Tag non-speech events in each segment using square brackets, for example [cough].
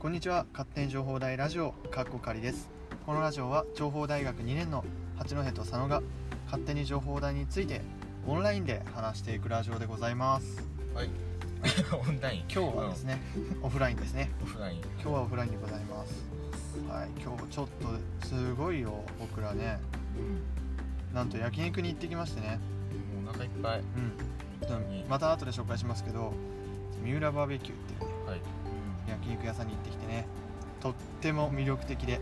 こんにちは勝手に情報大ラジオかっこかりですこのラジオは情報大学2年の八戸と佐野が勝手に情報大についてオンラインで話していくラジオでございます [laughs] オンライン今日はですねオフラインですねオフライン今日はオフラインでございますはい今日ちょっとすごいよ僕らねなんと焼肉に行ってきましてねうんもうお腹いっぱいうんちょっとまた後で紹介しますけど三浦バーベキューっていうねはい焼肉屋さんに行ってきてねとっても魅力的で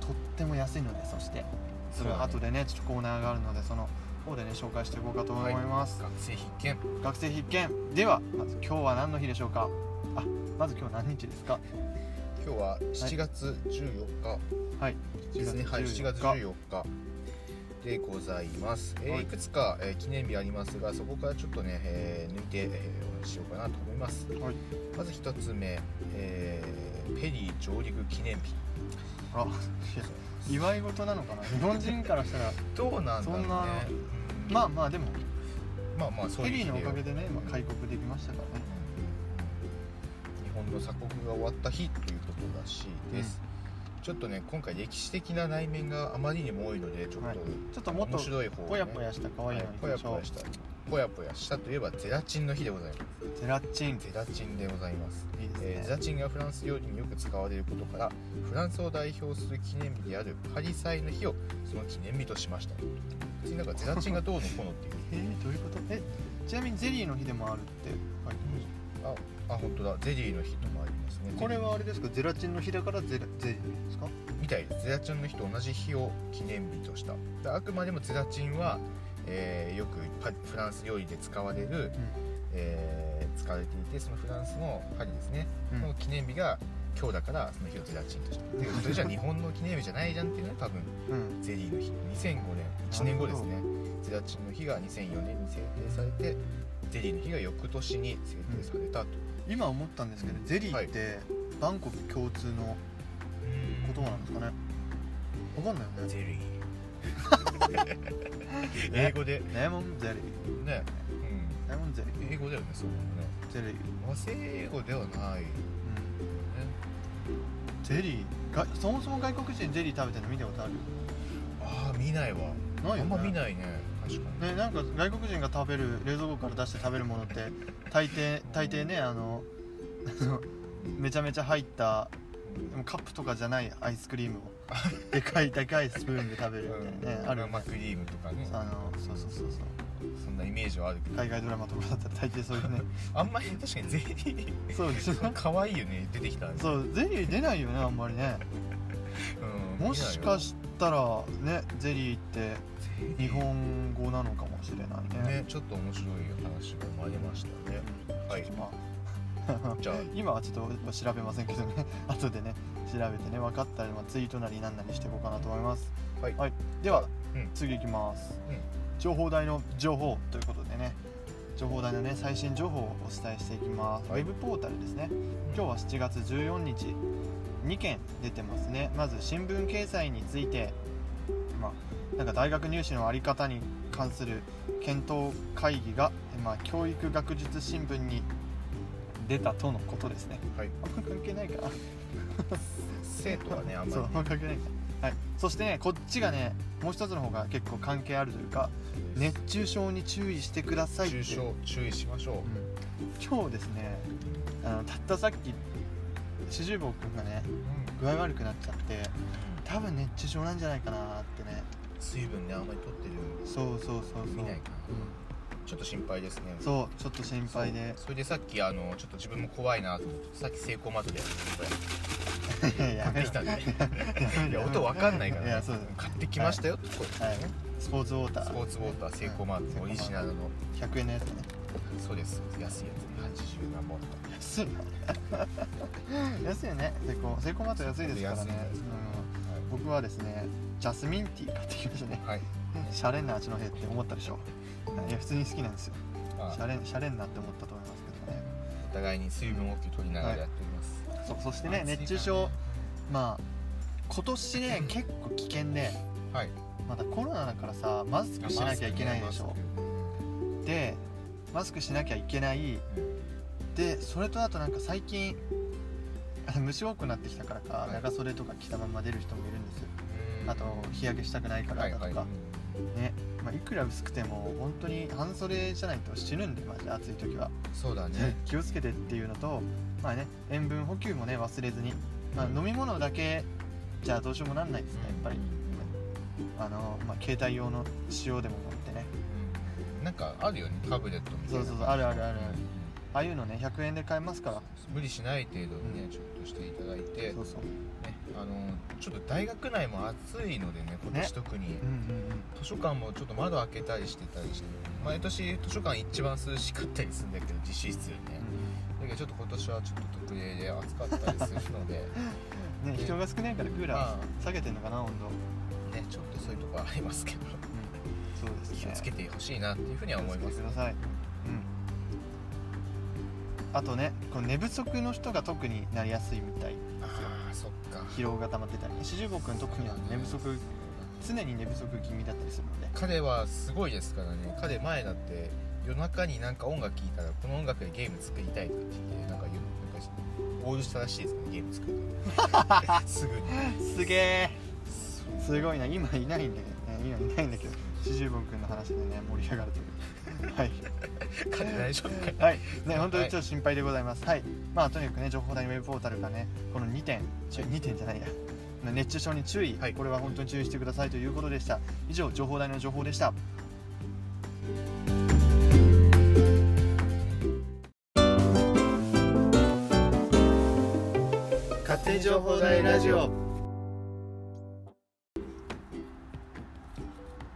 とっても安いのでそしてそれは後でねちょっとコーナーがあるのでその方でね紹介していこうかと思います、学生必見学生必見ではまず今日は何の日でしょうかあまず今日何日ですか今日は7月14はい日ですねはい7月14日でございます、えーはいいくつか、えー記念日ありますがそこからちょっとね、えー抜いて、えーお話ししようかなと思いますはいまず1つ目、えーペリー上陸記念日あらいや祝い事なのかな日本人からしたらどうなんだろうそんねなうん [laughs] まあまあでもまあまあそうペいうリ日ーだのおよかげでね今開国できましたからね日本の鎖国が終わった日ということらしいです、ちょっとね今回歴史的な内面があまりにも多いのでちょっと、はいちょっともっと面白い方をねぽやぽやした可愛いのはいにぽやぽやしたぽやぽやしたといえばゼラチンの日でございまゼラチンすゼラチンでございます、いいですね、えーゼラチンがフランス料理によく使われることからフランスを代表する記念日であるパリ祭の日をその記念日としました別になんかゼラチンがどうのこうのっていうえーどういうことえちなみにゼリーの日でもあるって書いてましあ本当だゼリーの日ともありますねたこれはあれですかゼラチンの日だからゼラゼリーですかみたいですゼラチンの日と同じ日を記念日としたであくまでもゼラチンは、えーよくパフランス料理で使われる、えー使われていてそのフランスのパリですね、うんの記念日が今日だからその日をゼラチンとしたでそれじゃ日本の記念日じゃないじゃんっていうのは多分うんゼリーの日2005年1年後ですねゼラチンの日が2004年に制定されてゼリーの日が翌年に制定されたと、今思ったんですけどゼリーってバンコク共通のことなんですかねわかんないよねゼリーね英語でレモンゼリーね、うレモンゼリん、英語だよねそうだよねーゼリー、うん、和製英語ではないねゼリーがそもそも外国人ゼリー食べてるの見たことあるああ見ないわないよねあんま見ないね確かにね、なんか外国人が食べる冷蔵庫から出して食べるものって大抵大抵ねあのあのめちゃめちゃ入ったでもカップとかじゃないアイスク [laughs] リームをでかいでかいスプーンで食べるみたいなね、うんあるよ生ねクリームとかねあのそうそうそうそうそんなイメージはあるけど海外ドラマとかだったら大抵そういうねあんまり確かにゼリー [laughs] そうでしょ可愛いよね出てきたう、そうゼリー出ないよねあんまりねうん、もしかてしたらねゼリーって日本語なのかもしれないねねちょっと面白い話が生まれましたねうんはいちょっとまあじゃあ今はちょっと調べませんけどね [laughs] 後でね調べてね分かったらまあツイートなりなんなりしていこうかなと思いますはいでは、うん次いきます、うん情報台の情報ということでね情報台のね最新情報をお伝えしていきます、はいウェブポータルですね今日は7月14日2件出てますねまず新聞掲載についてまあなんか大学入試のあり方に関する検討会議が、まあ、教育学術新聞に出たとのことですねはいあんま関係ないかな生徒はねあんまそりうあんま関係ないかはいそしてねこっちがねもう一つの方が結構関係あるというかね熱中症に注意してくださいって中傷注意しましょうん今日ですねあのたったさっき四十坊くんがねう、具合悪くなっちゃって多分熱中症なんじゃないかなってね水分ねあんまり取ってるそうそうそうそう見ないかなうちょっと心配ですねんそうちょっと心配でそうそれでさっきあのちょっと自分も怖いなと思ってさっき成功マートで [laughs] こいやいれや買ってきたんでいや音わかんないから、ね、いやそうです買ってきましたよ、これはいスポーツウォータースポーツウォーター成功マートオリジナルの100円のやつねそうです安いやつ80何本とか安いな [laughs] 安いよねセイコーセイコーマート安いですから安いねですうん、僕はですねジャスミンティー買ってきました [laughs] ねはい、シャレンな味の部って思ったでしょいや普通に好きなんですよまシあャレンシャレンなって思ったと思いますけどねお互いに水分補給取りながらやっております、そうそしてね暑いから熱中症まあ今年ね結構危険ではいまだコロナだからさマスクしなきゃいけないでしょでマスクしなきゃいけないでそれとあとなんか最近あ虫多くなってきたからかはい長袖とか着たまま出る人もいるんですようんあと日焼けしたくないからはいだとはか、いね、まあ、いくら薄くても本当に半袖じゃないと死ぬんでマジ暑い時は、そう [laughs] だね気をつけてっていうのと、まあね、塩分補給もね忘れずに、まあ、飲み物だけじゃどうしようもなんないですねやっぱりあの、まあ、携帯用の塩でも持ってねうんなんかあるよねタブレットみたいなそうそうそうあるあるあるあるうんああいうのね100円で買えますから無理しない程度にうねんちょっとしていただいて、ねそうそう、あのちょっと大学内も暑いのでね今年特に、うんうんうん図書館もちょっと窓開けたりしてたりして毎年図書館一番涼しかったりするんだけど自習室よね、だけどちょっと今年はちょっと特例で暑かったりす [laughs] るのでうんね、人が少ないからクーラまー下げてんのかな温度、ねちょっとそういうところありますけどそうですね気をつけてほしいなっていうふうには思い気をまつすけてください、うん、あとねこの寝不足の人が特になりやすいみたいああそっか疲労が溜まってたり四十五君特には寝不足常に寝不足気味だったりするので彼はすごいですからね彼前だって夜中になんか音楽聴いたらこの音楽でゲーム作りたいとかって言ってなんか夜なんかオールしたらしいですねゲーム作る [laughs] とすぐに [laughs] すげえそうすごいな今いないんだけどね今いないんだけど四十五君の話でね盛り上がるという [laughs] はい彼大丈夫かなはいね本当にちょっと心配でございますはいまあとにかくね情報台ウェブポータルがねこの2点ちゅ2点じゃないや熱中症に注意、はいこれは本当に注意してくださいということでした以上情報台の情報でした勝手情報大ラジオ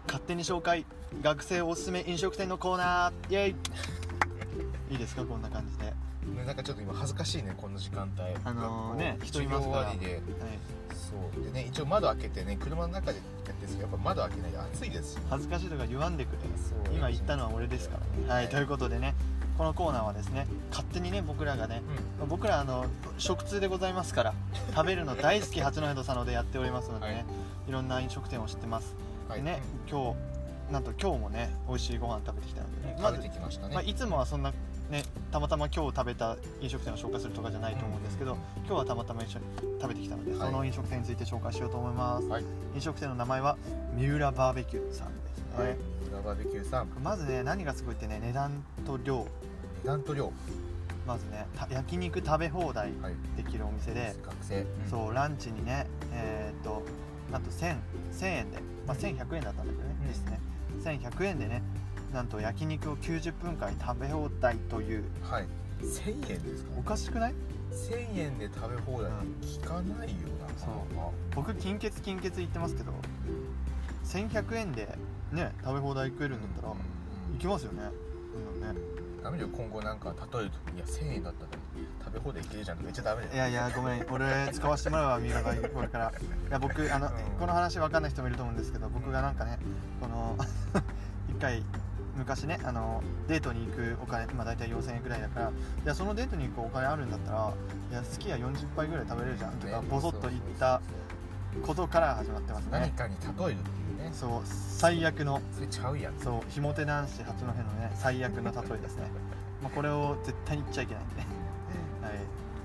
勝手に紹介学生おすすめ飲食店のコーナーイエイいいですかこんな感じで、はい、なんかちょっと今恥ずかしいねこの時間帯あのーね学校人いますから授業終わりでそうでね一応窓開けてね車の中でやってるんですけどやっぱ窓開けないで暑いですし恥ずかしいとか言わんでくれそう今言ったのは俺ですからねはい、ということでねこのコーナーはですね勝手にね僕らがね僕らあの食通でございますから食べるの大好き八戸佐野でやっておりますのでね、はいい、ろんな飲食店を知ってます、うんはいでね今日なんと今日もね美味しいご飯食べてきたので、ねうんま食べずてきましたね、まあ、いつもはそんなねたまたま今日食べた飲食店を紹介するとかじゃないと思うんですけど、うん今日はたまたま一緒に食べてきたので、はいその飲食店について紹介しようと思います、はい飲食店の名前は三浦バーベキューさんですね、はい裏バーベキューさんまずね何がすごいってね値段と量値段と量はまずねた焼肉食べ放題いできるお店で、学生、うそうランチにねえーっとなんと1000 1000円で、まあ、うん1100円だったんだけどね、うんですね1100円でねなんと焼肉を90分間食べ放題というんはい1000円ですかおかしくない1000円で食べ放題って聞かないよなそう僕金欠金欠言ってますけど1100円でね食べ放題食えるんだったら、うん行きますよねうんねダメだよ今後なんか例えるといや1000円だったら食べ放題いけるじゃんとか言っちゃダメだよいやいやごめん俺使わせてもらうわ三浦がこれからいや僕あの、うんこの話分かんない人もいると思うんですけど僕がなんかねこの [laughs] 一回昔ねあのデートに行くお金、まあ、大体4000円くらいだからいやそのデートに行くお金あるんだったらいや好きや40杯ぐらい食べれるじゃんとかねボソッと言ったことから始まってます何ねかに例えるっていうねそう最悪のそれちゃうやんそうひも手男子八戸のね最悪の例えですね、まあ、これを絶対に言っちゃいけないんでねはい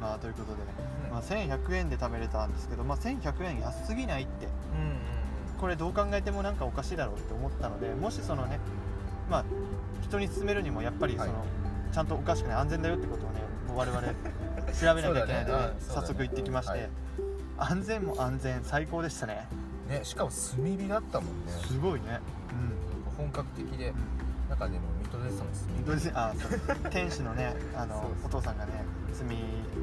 まあということでねまあ、1100円で食べれたんですけど、まあ、1100円安すぎないってうんうんうんこれどう考えてもなんかおかしいだろうって思ったのでもしそのねまあ人に勧めるにもやっぱりその、はいちゃんとおかしくない安全だよってことをねもう [laughs] 我々調べなきゃいけないので、そうだねうんそうだ早ね速行ってきまして、はい安全も安全最高でしたねねしかも炭火だったもんねすごいね本格的うでんなんかでも見とれてたもん炭火どうせあそう店主のねあのそうお父さんがね炭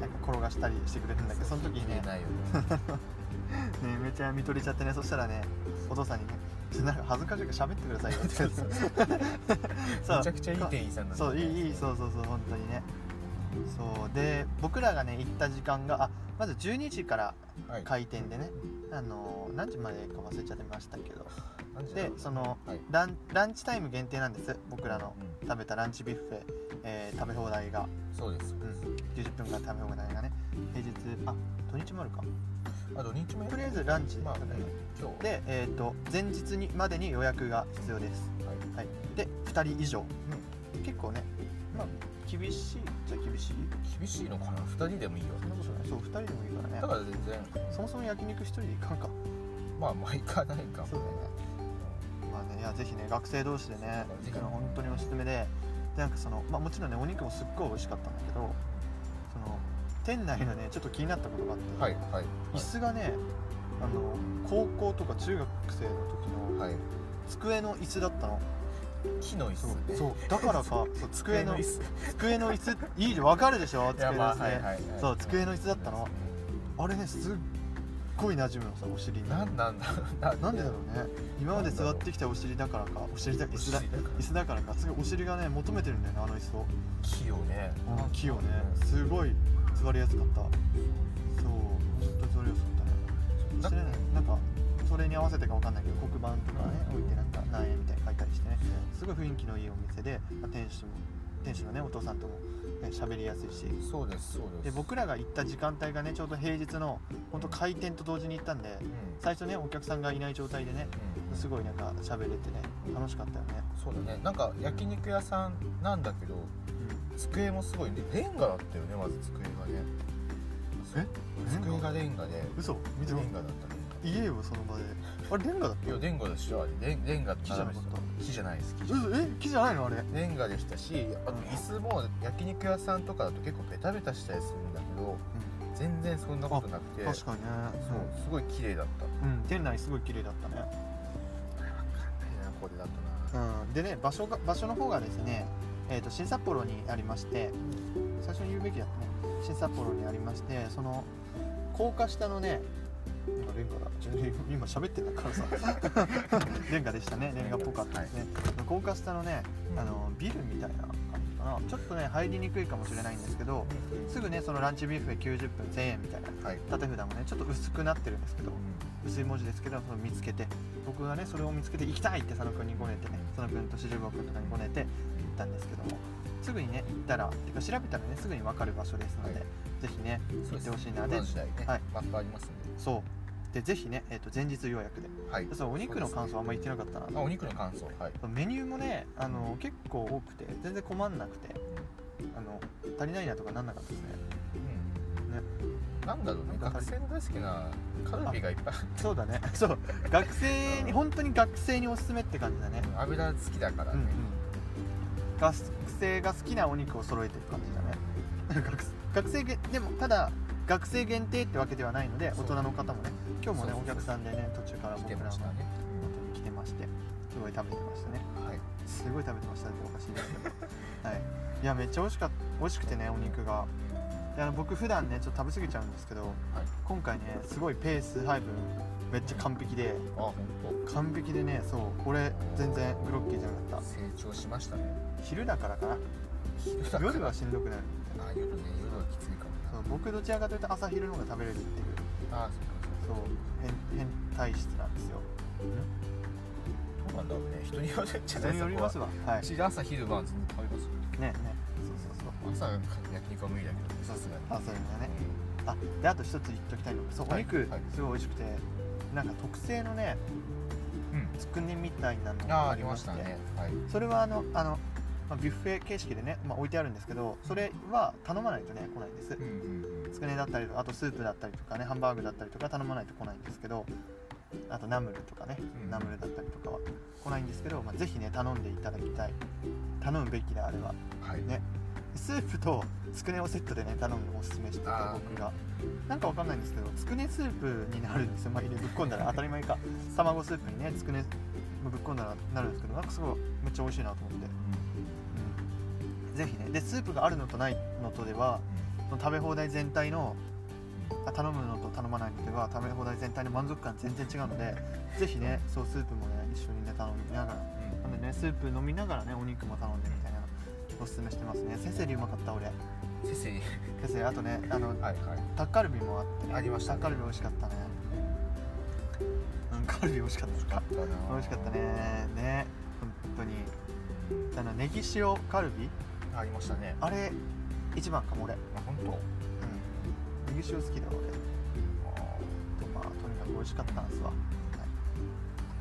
なんか転がしたりしてくれたんだけどその時にね見れないよねねめちゃ見とれちゃってねそしたらねお父さんにね「ちょなんか恥ずかしいから喋ってくださいよ」って言われて [laughs] そうめちゃくちゃいい店員さんなんだそねういいいいそうそうそう本当にねそうで僕らがね行った時間があまず12時からはい開店でねあのー何時までか忘れちゃってましたけど何時だでそのはいランランチタイム限定なんです僕らのう食べたランチビュッフェ、えー食べ放題が、んそうですうん、90分間食べ放題がね平日あ土日もあるかあ土日もやとりあえずランチまあね今日で、えー、と前日にまでに予約が必要です、はいはい、で2人以上、結構ね、まあ厳しいじゃ厳しい厳しいのかな2人でもいいよそんなことないそう2人でもいいからだねから全然そもそも焼肉1人で行かんかまあ毎回ないかもねそうだねまあねいやぜひね学生同士でねそうだね行くの本当におすすめででなんかその、まあ、もちろんねお肉もすっごい美味しかったんだけどその店内のねちょっと気になったことがあって、はいはい椅子がねあの高校とか中学生の時のはい机の椅子だったの木の椅子そうねそうだからかそう机の [laughs] 机子机の椅子いいでわかるでしょい机やのま椅あ子はいはいねはいそう机の椅子だったのあれねすっごい馴染むのさお尻にななんなんだろうなんんでだろうね今まで座ってきたお尻だからかお尻だ椅子だ不思議だから椅子だからかすごいお尻がね求めてるんだよねあの椅子を木をね木をねすごい座りやすかったそう本当に座りやすかったねそしてねなんかそれに合わせてかわかんないけど黒板とかね置いてなんか何円みたいに書いたりしてねすごい雰囲気のいいお店で、まあ店主も店主のねお父さんともね喋りやすいしそうですそうですで僕らが行った時間帯がねちょうど平日の本当開店と同時に行ったんでうん最初ねお客さんがいない状態でねうんすごいなんか喋れてね楽しかったよね、そうだねなんか焼肉屋さんなんだけど机もすごいねレンガだったよねまず机がねえ机がレンガで嘘見てレみンガだったね言えよその場であれレンガだっいやレンガでしょあれレンレンガって木じゃなかった木じゃないです木じゃないたえ木じゃないのあれレンガでしたしあと椅子も焼肉屋さんとかだと結構ベタベタしたりするんだけど全然そんなことなくて確かにねそうすごい綺麗だったう、ん、店内すごい綺麗だったね、これだったなうん、でね場所が場所の方がですね、えー、と新札幌にありまして最初に言うべきだったね新札幌にありましてその高架下のねなんかレンガだ全然 [laughs] 今喋ってたからさ [laughs] レンガでしたねレンガっぽかったですね高架下のねあのビルみたいな感じかなちょっとね入りにくいかもしれないんですけどすぐねそのランチビュッフェ90分1000円みたいなはい縦札もねちょっと薄くなってるんですけど薄い文字ですけどその見つけて僕がねそれを見つけて行きたいって佐野くんにごねてね佐野くんと四十五くんとかにごねて行ったんですけどもすぐにね行ったらてか調べたらねすぐに分かる場所ですので、はいぜひねそ行っうですてほしいなで今の時代ねはいマップありますんそうでぜひね、えー、と前日予約でではいでそうお肉の感想あんま言ってなかったなあお肉の感想はいメニューもねあの結構多くて全然困んなくてあの足りないなとかなんなかったですねうんなんだろうねなんか学生の大好きなカルビがいっぱいそうだね [laughs] そう学生に本当に学生におすすめって感じだね油好きだからうんねうん、学生が好きなお肉を揃えてる感じだね学学生げでもただ学生限定ってわけではないので大そう人の方もね今日もねそうおそうそう客さんでね途中から来僕てらのましたね元に来てましてすごい食べてましたねはいすごい食べてましたっておかしいです [laughs] けどはいいやめっちゃ美味しかった美味しくてねお肉がであの僕普段ねちょっと食べ過ぎちゃうんですけど、今回ねすごいペース配分めっちゃ完璧であ本当完璧でねそうこれ全然グロッキーじゃなかった成長しましたね昼だからかな夜だ夜はしんどくなるあ夜ね夜はきついかもなそう僕どちらかというと朝昼の方が食べれるっていうあそうそかう変変態質なんですよそうかどうなんだろうね人によるんじゃ人ないによりますわはいねそこは朝昼晩全然食べますよねそうそうそう朝は焼肉は無理だけどねさすがにあそういうのねあであと一つ言っときたいのがそうおはい肉はいすごい美味しくてなんか特製のねうんつくねみたいなのあがあありましたねはいそれはあのあのまあビュッフェ形式でね、まあ、置いてあるんですけどそれは頼まないとね来ないんですうんうんうんつくねだったりとあとスープだったりとかねハンバーグだったりとか頼まないと来ないんですけどあとナムルとかね、うんナムルだったりとかは来ないんですけど、まあ、ぜひね頼んでいただきたい頼むべきだあれははいねスープとつくねをセットでね頼むのをおすすめしててあー僕がなんかわかんないんですけどつくねスープになるんですよ、まあ、入れぶっ込んだら当たり前か卵スープにねつくねぶっ込んだらなるんですけどなんかすごいめっちゃ美味しいなと思って、うん、ぜひねでスープがあるのとないのとではその食べ放題全体のあ頼むのと頼まないのでは食べ放題全体の満足感全然違うのでぜひねそうスープもね一緒にね頼みながらうんなんでねスープ飲みながらねお肉も頼んでみたいなおすすめしてますねセセリうまかった俺先生セセリあとねあのはいはいタッカルビもあってねありましたねタッカルビ美味しかったねうんカルビ美味しかったですか美美味しかったねね本当にあのネギ塩カルビありましたねあれ一番かも俺あ本当うんネギ塩好きだわ俺とまあとにかく美味しかったんですわ。はい、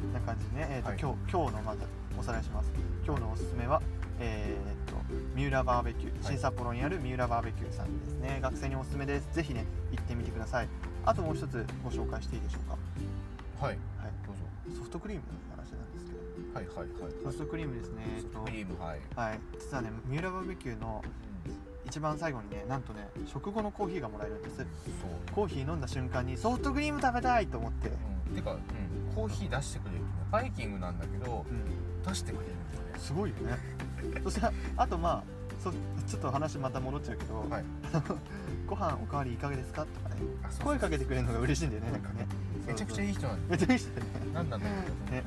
こんな感じでね、えーとはい今日今日のまずおさらいします。今日のおすすめは、えー、と三浦バーベキュー、新札幌にある三浦バーベキューさんですね学生におすすめですぜひね行ってみてくださいあともう一つご紹介していいでしょうか、はいはい、どうぞソフトクリームの話なんですけどはいはいはいソはいフトクリームですねえっとクリームはい、はい実はね三浦バーベキューの一番最後にねなんとね食後のコーヒーがもらえるんですそうコーヒー飲んだ瞬間にソフトクリーム食べたいと思って、うんてか、うん、コーヒー出してくれるバイキングなんだけどうん、出してくれるんだよねすごいよねそしてあとまあそちょっと話また戻っちゃうけど、はいあのご飯おかわりいかがですかとかねあそうそう声かけてくれるのが嬉しいんだよねなんかねめちゃくちゃいいいい人なんだよめちゃくちゃいい人だよねなんなんだろうね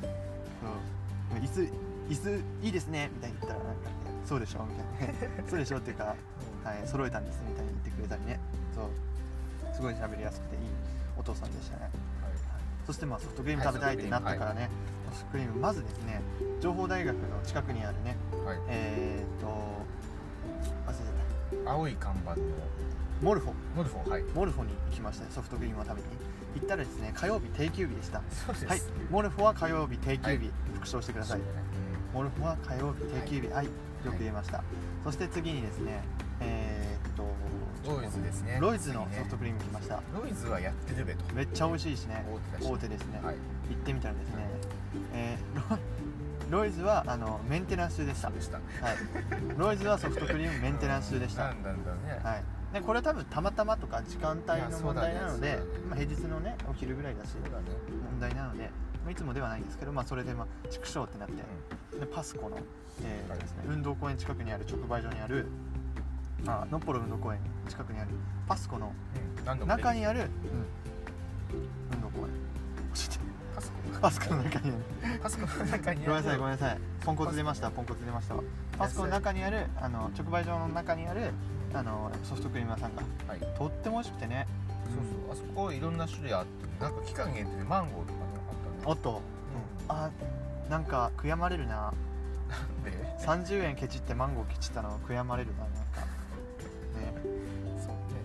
そう椅子椅子いいですねみたいに言ったらなんか、ね、そうでしょみたいな [laughs] ねそうでしょっていうかはい、揃えたんですみたいに言ってくれたりねそうすごい喋りやすくていいお父さんでしたね、そしてまあソフトクリーム食べたいってなったからね、ソフトクリームまずですね情報大学の近くにあるねはい、はいえー、っと忘れちゃっ青い看板のたモルフォモルフォンはいモルフォに行きましたソフトクリームを食べに行ったらですね火曜日定休日でしたそうですはいモルフォは火曜日定休日、はい復唱してくださそいうだねモルフォは火曜日定休日はい、よく言えました、そして次にですねえー、っとうんロイズですねロイズの次ねソフトクリーム来ました、ロイズはやってるべとめっちゃ美味しいしね大手だし大手ですね、はい行ってみたらですね、えーロロイズはあのメンテナンス中でした、そうはいで、したロイズはソフトクリームメンテナンス中でした、なはんなんだろうね、い、でこれ多分たまたまとか時間帯の問題なのいで、やそうだねまあ、平日のねお昼ぐらいだしそうだね問題なのでまあいつもではないんですけど、まあ、それで、まあ、畜生ってなって、でパスコの、えーはいですね、運動公園近くにある直売所にあるあノッポロ運動公園近くにあるパスコのうんうん何度も出てきた中にある、運動公園 [laughs] ちょっとパスコパスコの中にあるパソコンの中ごにめんなさいごめんなんさいポンコツ出ましたポンコツ出ましたわパソコンの中にあるあの直売所の中にあるあのソフトクリーム屋さんがはいとっても美味しくてねそうそうあそこいろんな種類あってなんか期間限定でマンゴーとかねあおっっとたあなんか悔やまれるなねで30円ケチってマンゴーケチったの悔やまれるななんかねそうね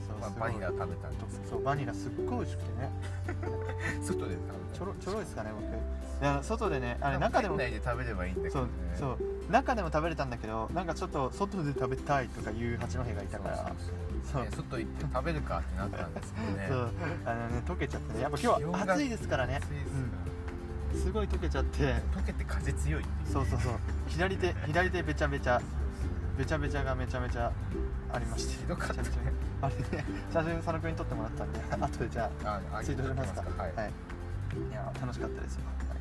そうまあすごバいニラ食べたりとかそうバニラすっごい美味しくてね外で食べちょたりろちょろいですかね僕いや外でねあれなんか中でも店内で食べればいいんだけそどうねそう中でも食べれたんだけどなんかちょっと外で食べたいとかいう八戸がいたからそうそうそうね外行って食べるかってなったんですけどねそうあのね溶けちゃってねやっぱ今日気温はが暑いですからね暑いですすごい溶けちゃって溶けて風強いっていうそうそうそう左手左手べちゃべちゃべちゃべちゃがめちゃめちゃありましてひどかったべねちゃべちゃあれね写真佐野君に撮ってもらったんで [laughs] 後でじゃあああツイートしますかはいはい、いや楽しかったですよ、はい、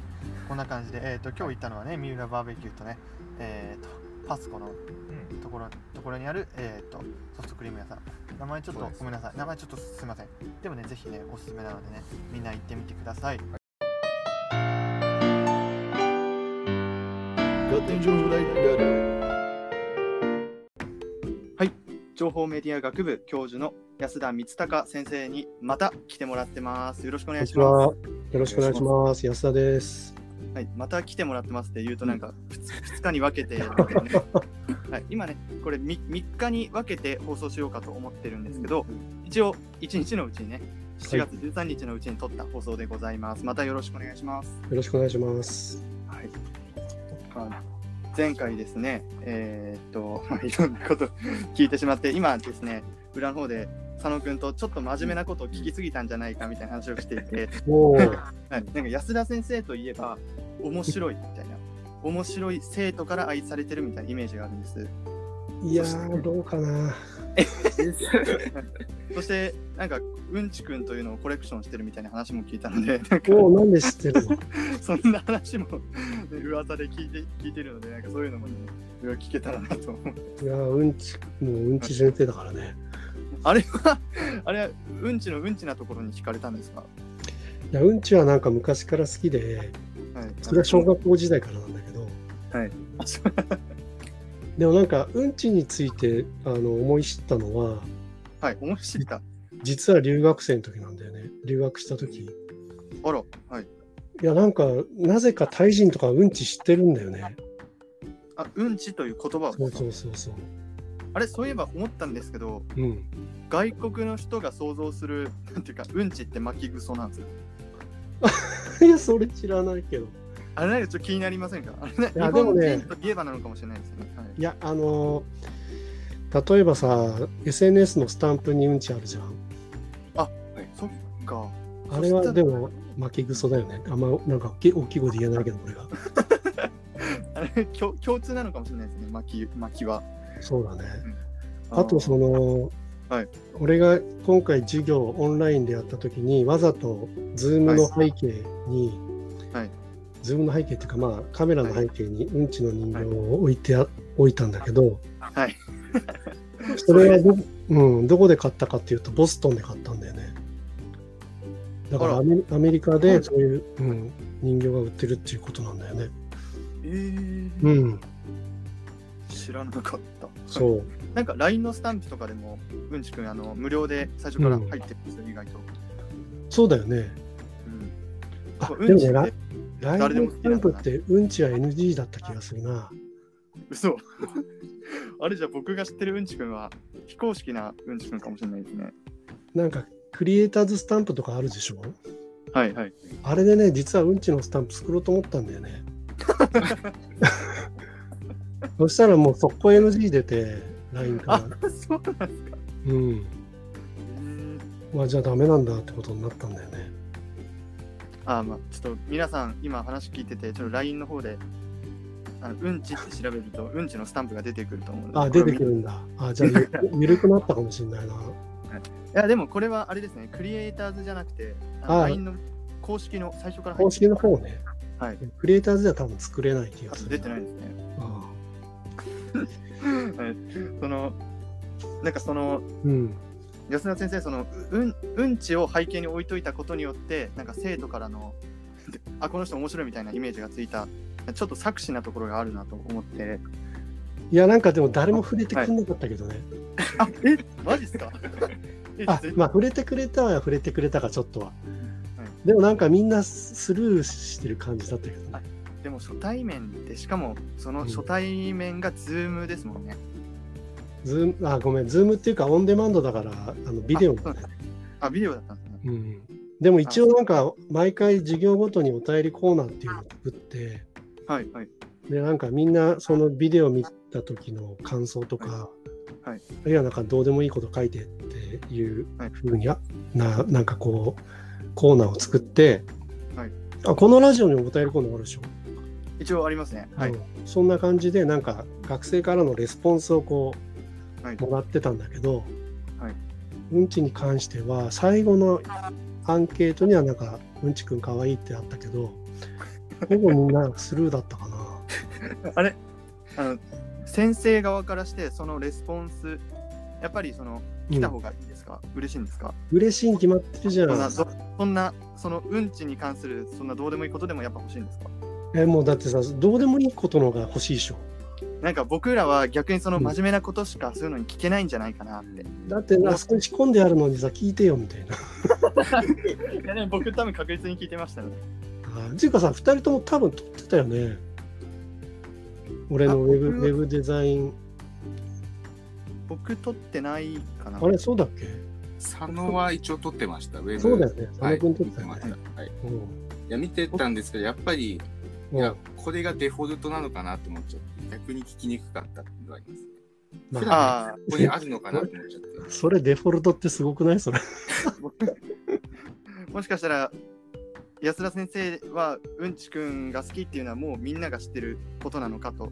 こんな感じで、えー、と今日行ったのはね三浦バーベキューとねえー、とパスコのう [laughs] んところところにある、えー、とソフトクリーム屋さん名前ちょっとそうですごめんなさい名前ちょっとすいませんでもねぜひねおすすめなのでねみんな行ってみてくださいはい情報メディア学部教授の安田光隆先生にまた来てもらってますよろしくおこ願いんにしちますは。よろしくお願いします。安田です。はい、また来てもらってますって言うとなんか 2, 日に分け [laughs] て、はい、今ねこれ 3, 日に分けて放送しようかと思ってるんですけど、一応1日のうちにね7月13日のうちに撮った放送でございます、またよろしくお願いします、よろしくお願いします。はい、前回ですねえーっと [laughs] まあいろんなこと聞いてしまって今ですね裏の方で佐野くんとちょっと真面目なことを聞きすぎたんじゃないかみたいな話をしていておお、はいなんか安田先生といえば面白いみたいな面白い生徒から愛されてるみたいなイメージがあるんですいやー、どうかな。そしてなんかうんちくんというのをコレクションしてるみたいな話も聞いたので [laughs] なんかおお、なんで知ってるの。そんな話も [laughs] 噂で聞いて聞いてるのでなんかそういうのもねいろいろ聞けたらなと思ういやー、うんち、もううんち先生だからね。あれはあれはうんちのうんちなところに惹かれたんですかいや、うんちはなんか昔から好きで、はいそれは小学校時代からなんだけど。あそうでもなんか、うんちについて、あの、思い知ったのは、はい面白いた実は留学生の時なんだよね。留学した時。いあらはいや、なんか、なぜかタイ人とかうんち知ってるんだよね。あうんちという言葉をそうそうそうそう。あれそういえば思ったんですけどうん。外国の人が想像するなんていうかうんちって巻きぐそなんですよいや、それ知らないけど。あれなんかちょっと気になりませんかあれねい日やでも本ね人といえばなのかもしれないですね、はいいや、あのー例えばさ SNS のスタンプにうんちあるじゃんそっかあれはでも負け癖だよねあんまなんか大き大きい声で言えないけど俺があれ共共通なのかもしれないですね巻き巻きはそうだねーあとその、はい俺が今回授業をオンラインでやった時にわざと Zoom の背景に、はい Zoom の背景っていうかまあカメラの背景にうんちの人形を置いてあ、置いたんだけど、はいそれはど,、うん、どこで買ったかっていうとボストンで買ったんだよね。だからあらアメアメリカはでいそういう、うん、人形が売ってるっていうことなんだよね。えーうん、知らなかったそう。なんか LINE のスタンプとかでもうんちくんあの無料で最初から入ってるんですよ、意外と、そうだよね。うん、あ、うでんもちね、っラてライ誰でブもの好きなんだスタンプなってうんちは NG だった気がするな。嘘 [laughs] あれじゃあ僕が知ってるうんちくんは非公式なうんちくんかもしれないですねなんかクリエイターズスタンプとかあるでしょはいはいあれでね、実はうんちのスタンプ作ろうと思ったんだ [laughs] よね。そしたらもう速攻 NG 出て、LINE かあら。そうなんですかうん。まあじゃあダメなんだってことになったんだよね。あまあちょっと皆さん今話聞いててちょっと LINE の方であのうんちって調べるとうんちのスタンプが出てくると思うのであ、出てくるんだ。あ、じゃあ [laughs] ゆ緩くなったかもしれないな。いやでもこれはあれですねクリエイターズじゃなくてあのあ LINE の公式の最初から入公って式るの方ね。はい。クリエイターズでは多分作れない気があする。出てないですねあそのなんかそのあうん。安田先生そのううんうんちを背景に置いといたことによってなんか生徒からのあこの人面白いみたいなイメージがついたちょっと作詞なところがあるなと思っていや、なんかでも誰も触れてくれなかったけどね。あえマジっすか [laughs] えあぜまあ触れてくれたは触れてくれたかちょっとは、いでもなんかみんなスルーしてる感じだったけどねあでも初対面でしかもそのうん初対面がズームですもんね、ズームあごめんズームっていうかオンデマンドだからあのビデオだねあビデオだったんですねうんでも一応なんか毎回授業ごとにお便りコーナーっていうのを作ってはいはいでなんかみんなそのビデオ見た時の感想とか、はいはいあるいはなんかどうでもいいこと書いてっていうはいふうにあななんかこうコーナーを作って、はいあこのラジオにもお便りコーナーあるでしょ一応ありますねはい、うんそんな感じでなんか学生からのレスポンスをこはいうもらってたんだけど、はいうんちに関しては最後のアンケートにはなんか「うんちくんかわいい」ってあった [laughs] けどほぼみんなスルーだったかな。あれあの先生側からしてそのレスポンスやっぱりその来たうん方がいいですか、嬉しいんですか嬉しいに決まってるじゃ。そんなんそそんなそのうんちに関するそんなどうでもいいことでもやっぱ欲しいんですかえもうだってさどうでもいいことの方が欲しいでしょ。なんか僕らは逆にその真面目なことしかそういうのに聞けないんじゃないかなって、だってあそこに仕込んであるのにさ聞いてよみたいな。いやでも僕多分確実に聞いてましたねあっていうかさ2人とも多分撮ってたよね。俺のウェブあウェブデザイン。僕取ってないかなあれそうだっけ佐野は一応撮ってました、ウェブそうだよね。佐は野い、君見撮ってたてよましね。た。はい、いうんや、見てたんですけど、やっぱり、いうんや、これがデフォルトなのかなと思っちゃって、逆に聞きにくかったっていうのがあります。ま普段あここにあるのかなと思っちゃって。それデフォルトってすごくないそれ。あもしかしたら安田先生はうんちくんが好きっていうのはもうみんなが知ってることなのかと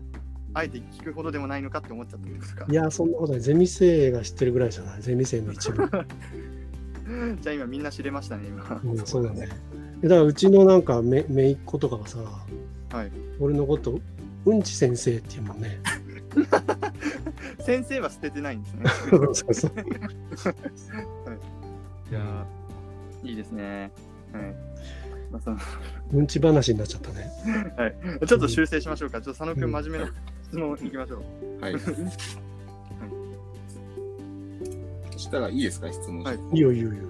あえて聞くほどでもないのかって思っちゃったんですか [laughs] いや、そんなことない。ゼミ生が知ってるぐらいじゃないゼミ生の一部。じゃあ今みんな知れましたね今 [laughs] うん、そうだね。だからうちのなんかめめいっ子とかがさ、い俺のこと、うんち先生っていうもんね。先生は捨ててないんですねそうそうそういやー [laughs] いいですねはいまあそのうんち話になっちゃったね。ちょっと修正しましょうか。ちょっと佐野くん真面目な質問いきましょう。 [laughs] はい。そしたらいいですか、質問。はいいいよいいよいいよ。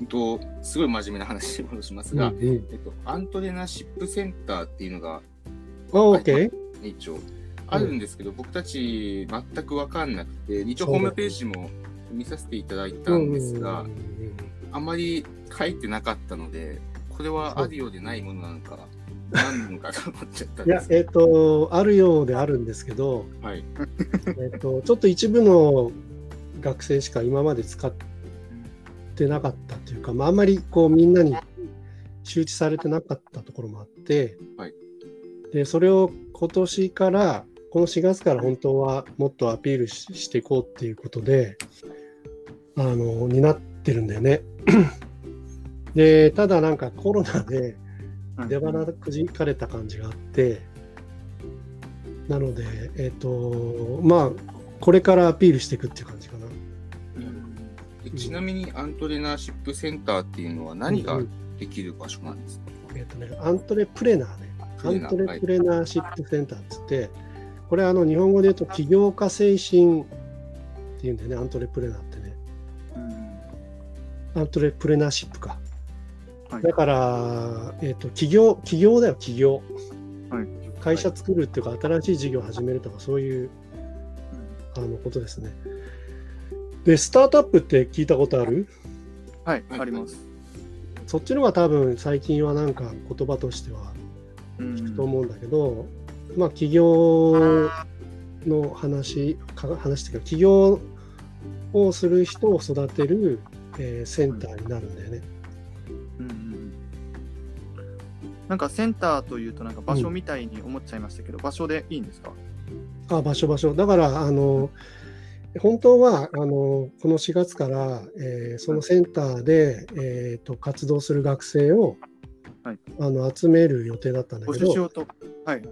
うんと、すごい真面目な話に戻しますうんが、うん、えっと、アントレナシップセンターっていうのがあ、OK? 一応あるんですけど、僕たち全く分かんなくて一応そうホだームページも見させていただいたんですが、うんうんうんうんあまり書いてなかったのでこれはあるようでないものなのか何なのかが思っちゃったんいでやす、けえっ、と、あるようであるんですけど、ど。はい。えっと、ちょっと一部の学生しか今まで使ってなかったというか、まあ、あんまりこうみんなに周知されてなかったところもあって、はいでそれを今年からこの4月から本当はもっとアピールししていこうっていうことであのになってるんだよね。でただなんかコロナで出花くじかれた感じがあって、なので、えっ、と、まあ、これからアピールしていくっていう感じかな。でちなみにアントレナーシップセンターっていうのは何ができる場所なんですか、えっ、とね、アントレプレナーね。アントレプレナーシップセンターっつって、これあの日本語で言うと起業家精神っていうんだよね、アントレプレナーってね。アントレプレナーシップか。はいだから、えっ、と、起業、起業だよ、起業。はい会社作るっていうか、新しい事業を始めるとか、そういうあのことですね。で、スタートアップって聞いたことあるはい、はいあります。そっちの方が多分最近はなんか言葉としてはうん聞くと思うんだけど、まあ企業の話か話っていうか起業をする人を育てる、えーセンターになるんだよね。うんうんなんかセンターというとなんか場所みたいに思っちゃいましたけど、場所でいいんですかあ場所場所だからあの本当はあのこの4月から、えーそのセンターで、えーと活動する学生を、はいあの集める予定だったんだ募け集しよどうと。はい。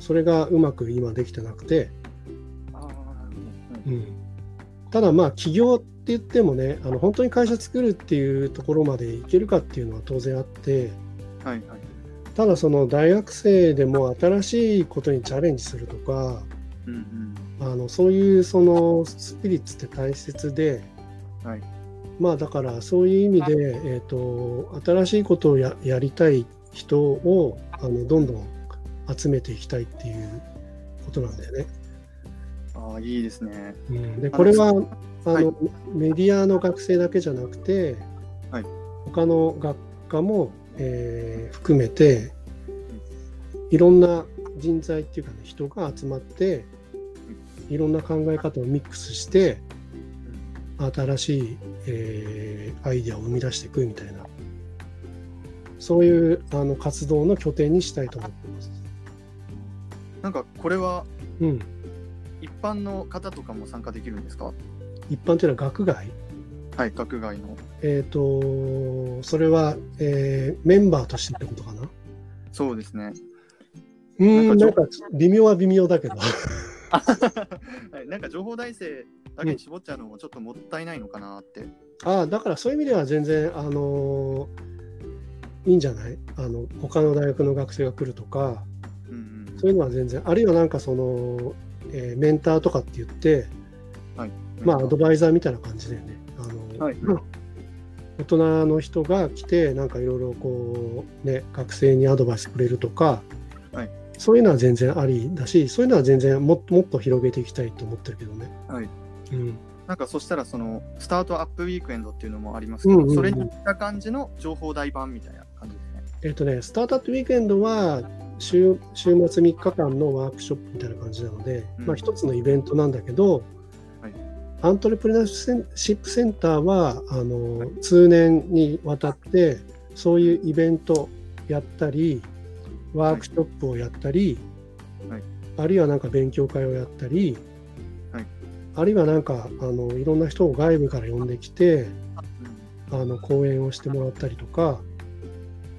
それがうまく今できてなくて。あーなるほどはいうんただまあ起業って言ってもねあの本当に会社作るっていうところまでいけるかっていうのは当然あってはいはい。ただその大学生でも新しいことにチャレンジするとかうんうん。あのそういうそのスピリッツって大切で、はいまあだからそういう意味で、えー、と新しいことをややりたい人をあのどんどん集めていきたいっていうことなんだよね。ああ、いいですね。うんであのこれはあの、はいメディアの学生だけじゃなくて、はい他の学科も、えー含めていろんな人材っていうかね人が集まっていろんな考え方をミックスして新しい、えーアイデアを生み出していくみたいなそういうあの活動の拠点にしたいと思ってます。なんかこれはうん、一般の方とかも参加できるんですか一般というのは学外はい、学外の。えっ、と、それは、えーメンバーとしてってことかな。そうですね。うーなん、なんんかか微妙は微妙だけど。はい、なんか情報大生だけに絞っちゃうのもちょっともったいないのかなって。ああ、だからそういう意味では全然、あのーいいんじゃないあの、他の大学の学生が来るとか、うんそういうのは全然、あるいはなんかその、えーメンターとかって言って、うん、まあ、アドバイザーみたいな感じだよね。あのはい大人の人が来て、なんかいろいろこう、ね、学生にアドバイスくれるとか、はいそういうのは全然ありだし、そういうのは全然もっともっと広げていきたいと思ってるけどね。はいうん、なんかそしたらそのスタートアップウィークエンドっていうのもありますけど、うんうんうんそれに似た感じの情報大版みたいな感じですね。えっ、とね、スタートアップウィークエンドは週、週末3日間のワークショップみたいな感じなので、うんまあ、一つのイベントなんだけど、はいアントレプレナーシップセンターは、あの、通年にわたって、そういうイベントやったり、ワークショップをやったり、はいあるいはなんか勉強会をやったり、はいあるいはなんか、あの、いろんな人を外部から呼んできて、あの、講演をしてもらったりとか、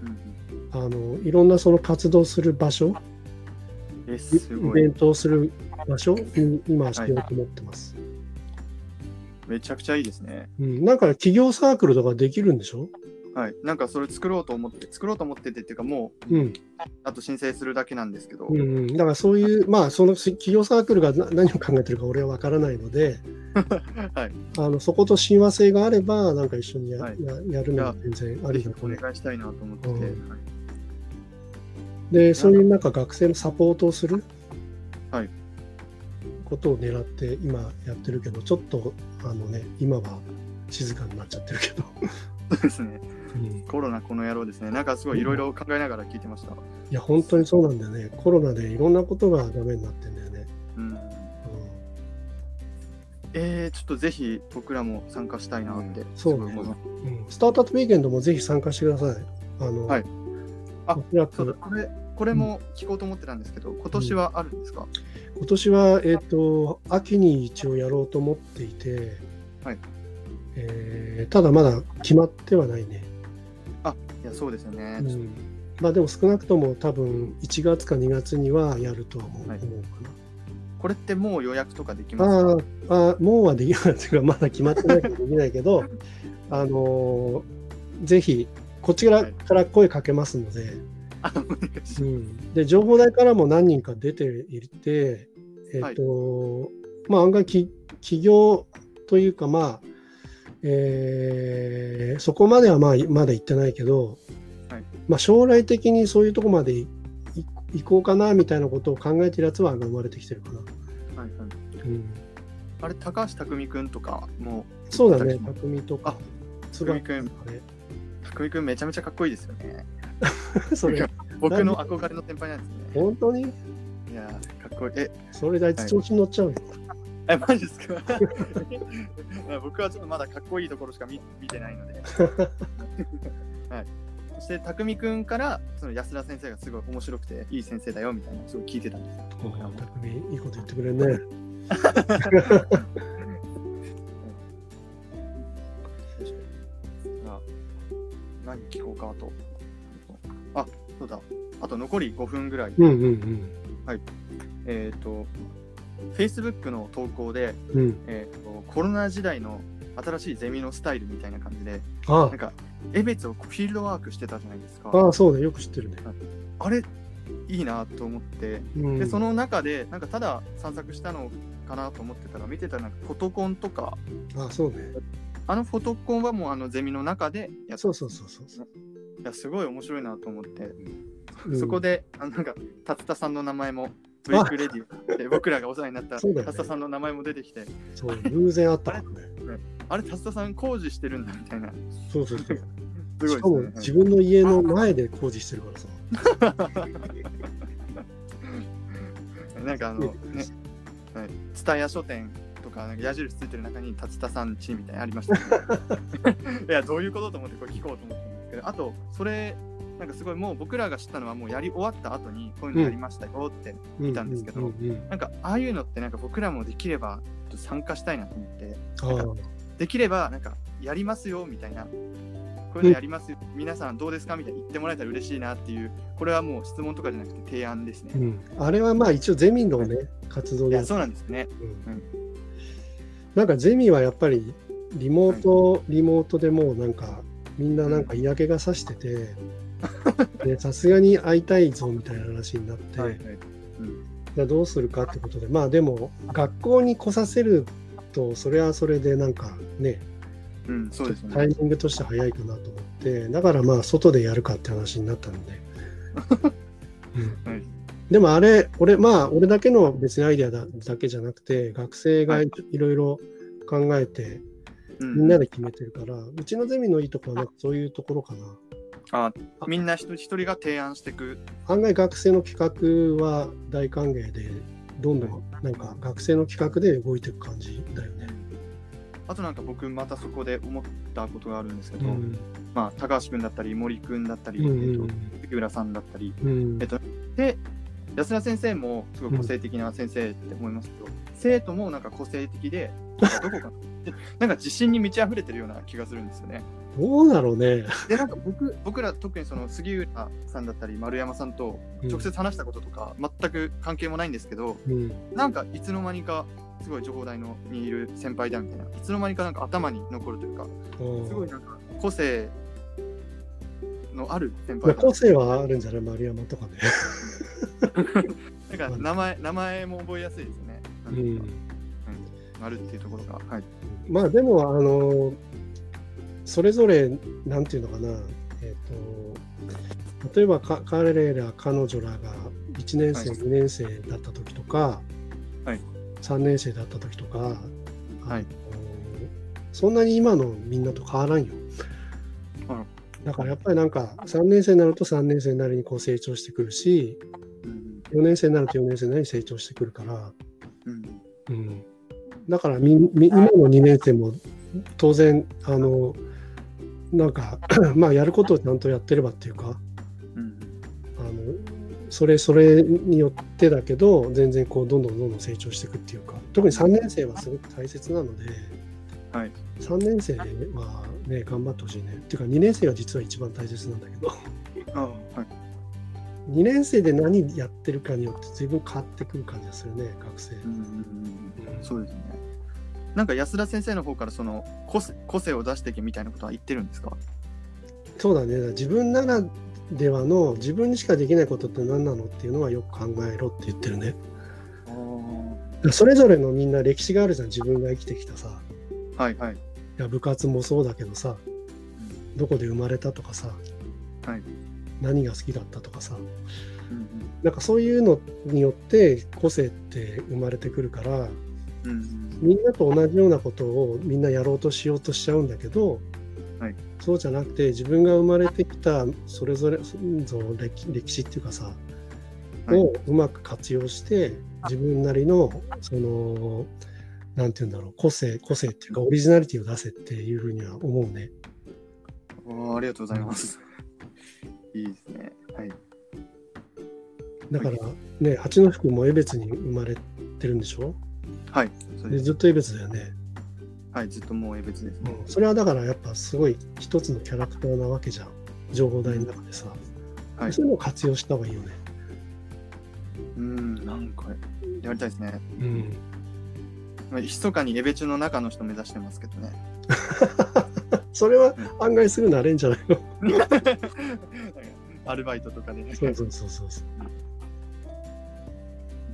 うんうんあのいろんなその活動する場所、うんえイすごベいン。トをする場所に今しようと思ってます、めちゃくちゃいいですね。うん。なんか企業サークルとかできるんでしょ、はい。なんかそれ作ろうと思って、作ろうと思っててっていうか、もううんあと申請するだけなんですけど、うんうん、だからそういう、まあ、その企業サークルがな何を考えてるか俺は分からないので、はい。あのそこと親和性があれば、なんか一緒にや,、はいややるのは全然あぜりひだおと思う。願いしたいなと思ってて、うんはいで、そういうなんか学生のサポートをする、はいことを狙って今やってるけど、ちょっとあのね、今は静かになっちゃってるけど。そうですね。うんコロナこの野郎ですね。なんかすごいいろいろ考えながら聞いてました。いや、本当にそうなんだよね。コロナでいろんなことがダメになってんだよね。うん、えー、ちょっとぜひ僕らも参加したいなって。うんそうなすんごいうんうんスタートアップウィーケンドもぜひ参加してください。あの、はいあおそらそうだくこれこれも聞こうと思ってたんですけど、今年はあるんですか、今年は、えっ、と、秋に一応やろうと思っていて、はいえーただまだ決まってはないね。いやそうですよね、うん、まあでも少なくとも多分1月か2月にはやるとは思う,、はい思うかこれってもう予約とかできますなかあーあーもうはできないっていうかまだ決まってないからできない [laughs] けどあのーぜひこっちから,、はいから声かけますので,、あお願いしうん、で情報台からも何人か出ていてえっ、と、まあ案外き起業というかまあえーそこまではまあまだ行ってないけど、はいまあ、将来的にそういうとこまでいい行こうかなみたいなことを考えてるやつは生まれてきてるかな。ます、はいはいうん、あれ高橋匠くんとかもそうだね、私も匠とかあ。椿匠とかね。匠くんめちゃめちゃかっこいいですよねそれ、僕の憧れの先輩なんですね本当にいやーかっこいいえそれであいつ調子に乗っちゃうよ。えマジです [laughs] か僕はちょっとまだかっこいいところしか見見て [laughs] ないので、はい、そして匠くんからその安田先生がすごい面白くていい先生だよみたいなのをすごい聞いてたんです僕らも匠、いいこと言ってくれるね。あ何聞こうかと。あ、そうだ。あと残り5分ぐらい。うんうんえっ、と、Facebook の投稿で、うん。うん、えーと、コロナ時代の新しいゼミのスタイルみたいな感じで、あなんか、エベツをフィールドワークしてたじゃないですか。あ、ああそうね、よく知ってるね。あれ、いいなと思って、うん、で、その中で、なんかただ散策したのかなと思ってたら、見てたら、なんかフォトコンとか、ああそうね。あのフォトコンはもうあのゼミの中でやっそうそうそうそうそう。いやすごい面白いなと思って、うんそこであなんか達田さんの名前もブレイクレディーで僕らがお世話になったそうだ達よね田さんの名前も出てきて、そう、偶然あったからね。あれ達田さん工事してるんだみたいなそうそうそう。 [laughs] すしかごもいです自ね分の家の前で工事してるからさ。うんなんかあのね蔦屋書店とかなんか矢印ついてる中に達田さんちみたいなのありましたね、 [laughs] いやどういうことと思ってこれ聞こうと思ったんですけどあとそれなんかすごいもう僕らが知ったのはもうやり終わった後にこういうのやりましたよって、見たんですけどなんかああいうのってなんか僕らもできればちょっと参加したいなと思ってああ、できればなんかやりますよみたいなこういうのやりますよ、皆さんどうですかみたいな言ってもらえたら嬉しいなっていうこれはもう質問とかじゃなくて提案ですね、ういん。あれはまあ一応ゼミのね、活動でやそうなんですねうんなんかゼミはやっぱりリモート、リモートでもうなんかみんななんか嫌気がさしてて [laughs] でさすがに会いたいぞみたいな話になって、じゃあどうするかってことでまあでも学校に来させるとそれはそれでなんかねうんそうですタねイミングとして早いかなと思ってだからまあ外でやるかって話になっ [laughs] たんで、うんはいでもあれ俺まあ俺だけの別にアイデアだだけじゃなくて学生がいろいろ考えて、う、みんなんで決めてるから、うちのゼミのいいところはなんかそういうところかな。あみんな一人一人が提案していく案外学生の企画は大歓迎で、どんどんなんか学生の企画で動いていく感じだよね。あとなんか僕またそこで思ったことがあるんですけど、うん。まあ、高橋君だったり森君だったり、うえっとん。杉浦さんだったりうんえっとで安田先生もすごい個性的な先生って思いますけど、生徒もなんか個性的でなんかどこかなんか自信に満ち溢れてるような気がするんですよね。どうだろうね。でなんか僕僕ら特にその杉浦さんだったり丸山さんと直接話したこととか全く関係もないんですけど、うん。なんかいつの間にかすごい情報大のにいる先輩だみたいないつの間にかなんか頭に残るというかうんすごいなんか個性のある先まあ輩だ個性はあるんじゃない丸山とかね。なんか名前名前も覚えやすいですよね。なうんていうかん。なるっていうところが、はい、まあでも、あの、それぞれ、なんていうのかな、えっ、と、例えばか彼ら、彼女らが1年生、はい2年生だった時とか、はい3年生だった時とか、あのはいそんなに今のみんなと変わらんよあら。だからやっぱりなんか3年生になると3年生なりにこう成長してくるしうん4年生になると4年生なりに成長してくるから、うんうん、だからみみ今の2年生も当然あのなんか [clears throat] まあやることをちゃんとやってればっていうかうんあのそれそれによってだけど全然こうどんどんどんどん成長していくっていうか特に3年生はすごく大切なので、はい3年生はね頑張ってほしいねっていうか2年生は実は一番大切なんだけどあはい2年生で何やってるかによって随分変わってくる感じがするね学生。うんうんうんそうですねなんか安田先生の方からその個性個性を出していけみたいなことは言ってるんですかそうだね自分ならではの自分にしかできないことって何なのっていうのはよく考えろって言ってるねあはそれぞれのみんな歴史があるじゃん自分が生きてきたさいはいいや部活もそうだけどさどこで生まれたとかさ、はい何が好きだったとかさうんなんかそういうのによって個性って生まれてくるからうんうんみんなと同じようなことをみんなやろうとしようとしちゃうんだけど、はいそうじゃなくて自分が生まれてきたそれぞれその歴歴史っていうかさ、はいをうまく活用して自分なりのそのなんて言うんだろう個性個性っていうかオリジナリティを出せっていうふうには思うね。うんあありがとうございます [laughs] いいですねはいだからね八の服も江別に生まれてるんでしょはいそうでですずっと江別だよね、はいずっともう江別ですねうん、それはだからやっぱすごい一つのキャラクターなわけじゃん情報大の中でさ、はいそういうのを活用した方がいいよね。うんなんかやりたいですねうん、まあ密かに江別の中の人目指してますけ [laughs] どねそれは案外すぐなれんじゃない [laughs] のアルバイトとかでそうそうそうそうそう。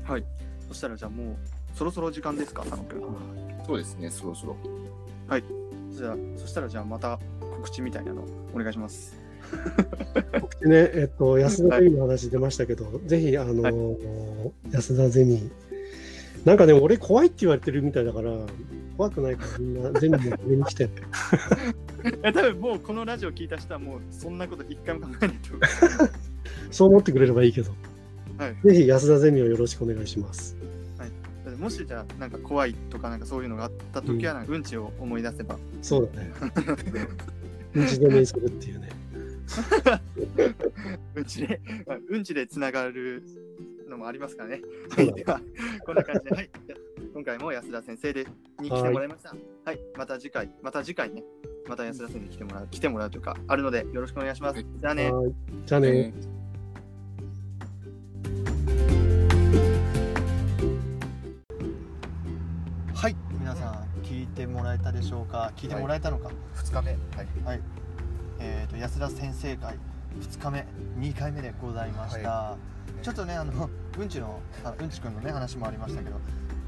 はい。そしたらじゃあもうそろそろ時間ですか、佐野くん。そうですね、そろそろ。じゃあそしたらじゃあまた告知みたいなのお願いします。でね、えっと、安田ゼミの話出ましたけど、ぜひ、あの安田ゼミ、なんかね、俺怖いって言われてるみたいだから、怖くないからみんなゼミに上に来て、 [laughs] [laughs] え多分もうこのラジオ聞いた人はもうそんなこと一回も考えないと思そう思ってくれればいいけど、う。はい。ぜひ安田ゼミをよろしくお願いします。 [laughs] だってもしじゃあなんか怖いとかなんかそういうのがあった時はなんかうんちを思い出せ [laughs] ば。そうだね。日ゼミにするっていうね。うんちで、まあうんちでつながるのもありますからね。はそうい、だ [laughs] ねでは、こんな感じで、はい。じゃあ今回も安田先生でに来てもらいました。はい、また次回、また次回ね、また安田先生に来てもらう、来てもらうというか、あるので、よろしくお願いします。はいじゃあね。はいじゃあね。えーはい皆さん聞いてもらえたでしょうか聞いてもらえたのか、 2日目、はい、えー、と安田先生会2日目2回目でございました、ちょっとねあのうんちのあうんちくんのね話もありましたけど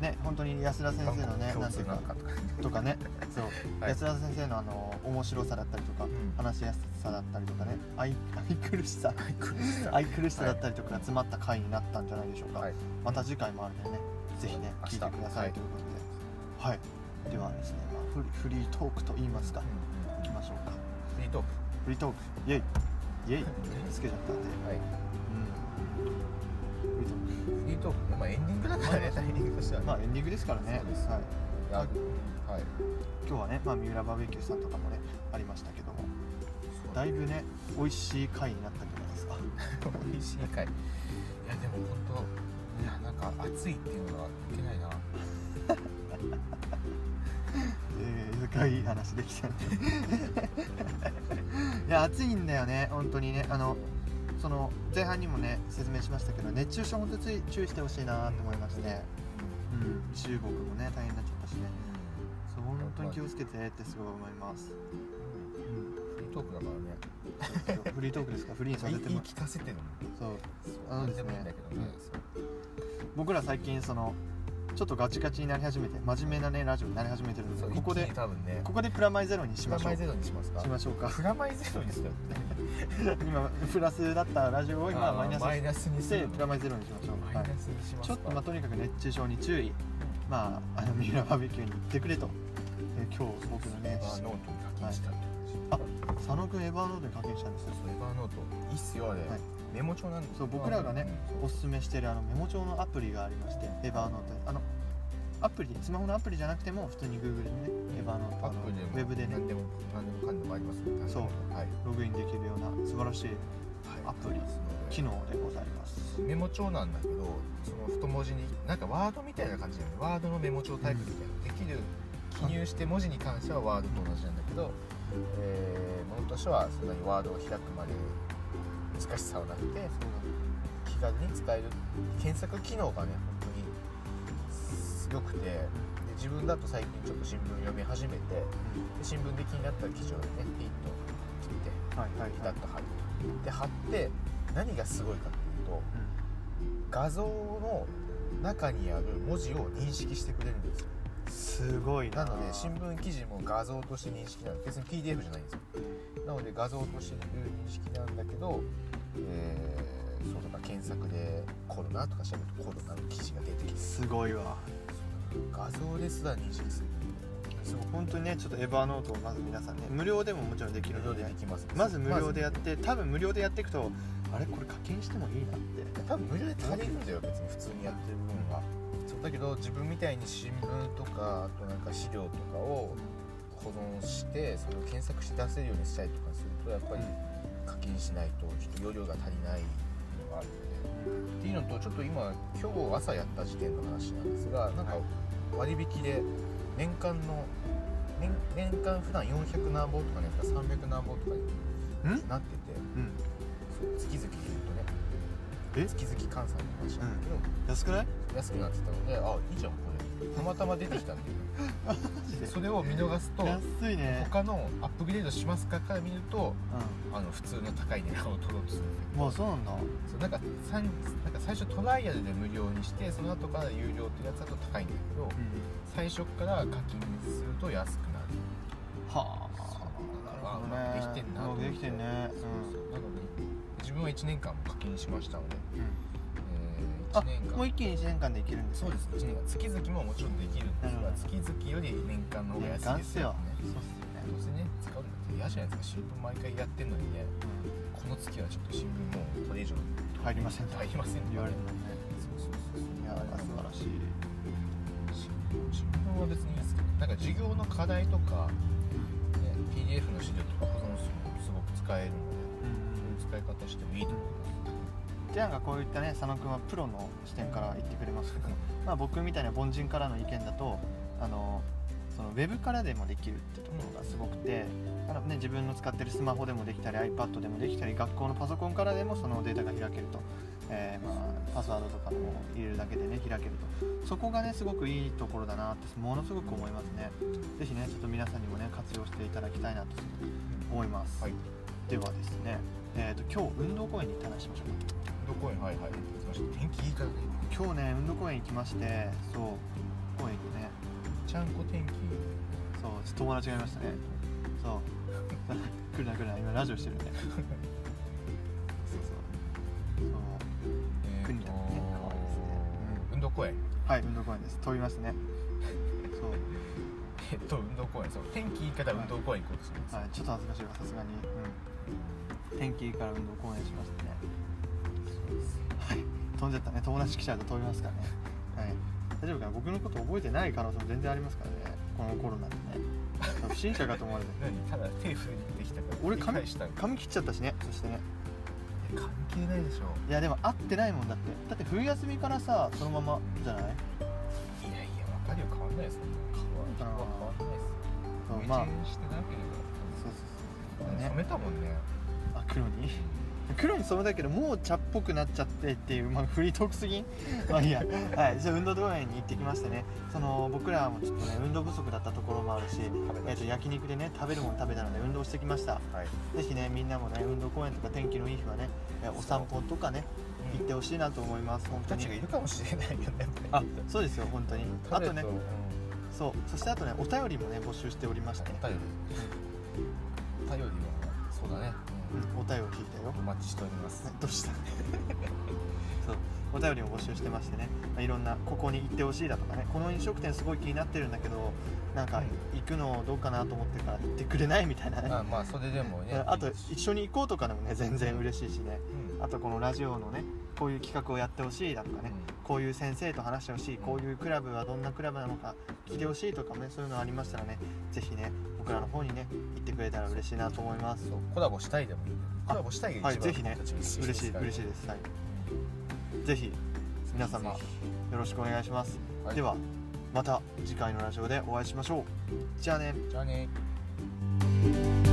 ね本当に安田先生のね共なんてい通うなかのかとか、とかねそう、はい安田先生のあの面白さだったりとか話しやすさだったりとかね愛愛くるしさ愛くるしさだったりとかが詰まった回になったんじゃないでしょうか、はいまた次回もあるのでねぜひね明聞日いてくださはいいということではい、ではですね、まあ、フリフリートークと言いますかういんきましょうかフリートークフリートークイェイイェイつけちゃったんで、はいうんフリートーフリートークまあエンディングだからねタイミングとしてはクね、まあエンディングですからねそうですはい、あはい今日はね、まあ、三浦バーベキューさんとかもねありましたけどもそうだいぶね美味しい回になったんじゃないですか美味しい会いやでも本当いやなんか暑いっていうのがいけないなえー、深い話できたね [laughs] いや暑いんだよね本当にねあのその前半にもね説明しましたけど熱中症本当に注意してほしいなと思いまして、うん、中国もね大変になっちゃったしねそう本当に気をつけてってすごい思います、フうリートークだからねんそう、フリートークですかフリーにさせ言いてもら聞かせてるのそうそうあなのんでですねもいいんだけどね、僕ら最近そのちょっとガチガチになり始めて真面目なねラジオになり始めてるそのうでここ一気でに多分ねここでプラマイゼロにしプまラしょマうイゼロにしますかしましょうか [laughs] プラマイゼロにする今プラスだったラジオを今マイナスマイナスににしすてるプラマイゼロにしましょマう、イはナい、スにしますちょかっとまあとにかく熱中症に注意まああの三浦バーベキューに行ってくれと、えー今日僕のねあノートに課金したって話佐野くんエヴァノートに課金したんですよそうエヴァノートいいっすよあれ、はいメモ帳なんですよそう僕らがねうんそうおすすめしてるあのメモ帳のアプリがありましてエヴァノートにあのアプリスマホのアプリじゃなくても普通に Google でねエヴァノートアッのプルでもウェブでね何でも何でもかんでもありますねそうはい、はい、ログインできるような素晴らしいアプリありますので機能でございますメモ帳なんだけどその太文字になんかワードみたいな感じでワードのメモ帳タイプみたいなできる記入して文字に関してはワードと同じなんだけど、えー、ものとしてはそんなにワードを開くまで難しさはなくて気軽に使える検索機能がね本当にすごくてで自分だと最近ちょっと新聞読み始めてで新聞で気になった記事をねピッと切ってはいはいピタはいッと貼るで貼って何がすごいかっていうと画像の中にある文字を認識してくれるんですよすごいななので新聞記事も画像として認識なんです別に PDF じゃないんですよなので画像として認識なんだけど、えーそうだな検索でコロナとか調べるとコロナの記事が出てきてすごいわ画像ですら認識するそう本当にねちょっとエヴァノートをまず皆さんね無料でももちろんできる無料のででできますまず無料でやって多分無料でやっていくとあれこれ課金してもいいなって多分無料で足りるんだよ別に普通にやってる分は、そうだけど自分みたいに新聞とかあとなんか資料とかを保存してそれを検索して出せるようにしたりとかするとやっぱり課金しないとちょっと容量が足りないのがあるのでっていうのとちょっと今今日朝やった時点の話なんですがなんか割引で年間の年年間普段400何本とかね300何本とかにんなっててうんそう月々で言うとねえ月々換算の話なんだけど、安くない安くなってたのであいいじゃんこれたまたま出てきたんでマジそれを見逃すと安いね他のアップグレードしますかから見るとあの普通の高い値段を取ろうとするんだうんまあそうなんだけどそうなんかさんなんか最初トライアルで無料にしてその後から有料ってやつだと高いんだけど最初から課金すると安くなるはああまあできてんなと思ってできてんねそうそうなので自分は1年間も課金しましたので、えー、あ1年間もう一気に1年間でいけるんですそうですね1年間月々ももちろんできるんですながるほ月々より年間の方が年安い間でっすすからよねそうっどうせね使うのって嫌じゃないですか新聞毎回やってんのにねすよねこの月はちょっと新聞もうこれ以上入りませんと入りませんとかね言われるもんねそうそうそうそういや素晴らしい新聞新聞は別にいいですけどなんか授業の課題とか、ね、PDF の資料とか保存するのもすごく使えるのでそういう使い方してもいいと思いますじゃあこういったね佐野君はプロの視点から言ってくれますけど、まあ、僕みたいな凡人からの意見だとあのそのウェブからでもできるってところがすごくて、あのね、自分の使ってるスマホでもできたり iPad でもできたり学校のパソコンからでもそのデータが開けると、えーまあ、パスワードとかも入れるだけでね開けるとそこがねすごくいいところだなってものすごく思いますね是非ねちょっと皆さんにもね活用していただきたいなと思います、はいではですね、えー、と今日運動公園に行った話しましょうかどこへはいはいそして天気いいからね今日ね運動公園行きましてそう公園行ってねちゃんこ天気そうちょっと友達がいましたねそう [laughs] 来るな来るな今ラジオしてるんでそうそうそうえーと国だね可愛いですね運動公園はい運動公園です飛びますねそうえっと運動公園そう天気いいから運動公園行こうとするんですよ、はいちょっと恥ずかしいわさすがに、うん、天気いいから運動公園しましたねはい飛んじゃったね友達来ちゃうと飛びますからねはい大丈夫かな僕のこと覚えてない可能性も全然ありますからねこのコロナでね不審者かと思われて何ただ手振りできたから俺理解したんか髪切っちゃったしねそしてねいや関係ないでしょいやでも会ってないもんだってだって冬休みからさそのままじゃないいやいや分かるよ変わんないですよ変わんない変わんないそうですよまあ一円してなけれそうそうそうばね染めたもんねあ黒に [laughs] 黒に染めたけどもう茶っぽくなっちゃってっていうまあフリートークすぎ [laughs] んまあいいやはいじゃあ運動公園に行ってきましてねその僕らもちょっとね運動不足だったところもあるし食べえー、たと焼肉でね食べるもの食べたので運動してきました、はい是非ねみんなもね運動公園とか天気のいい日はねえーお散歩とかね行ってほしいなと思います本当人たちがいにるかもしれないよねあそうですよ本当にあとねうんそうそしてあとねお便りもね募集しておりましてお便りお便りはそうだね、ううんん、お便りを聞いたよお待ちしておりますどうした [laughs] そうお便りを募集してましてね、まあ、いろんなここに行ってほしいだとかねこの飲食店すごい気になってるんだけどなんか行くのどうかなと思ってるから行ってくれないみたいなねまあまあそれでもねあといいし一緒に行こうとかでもね全然嬉しいしねうんあとこのラジオのねこういう企画をやってほしいだとかねこういう先生と話してほしいこういうクラブはどんなクラブなのか聞いてほしいとかねそういうのありましたらねぜひね僕らの方にね行ってくれたら嬉しいなと思いますそうコラボしたいでもいいねあコラボしたいが一はい番ぜひね僕たち嬉し嬉しいいですから嬉しいですはいぜひ皆様ぜよろしくお願いします、はいではまた次回のラジオでお会いしましょうじゃあねひじゃあね「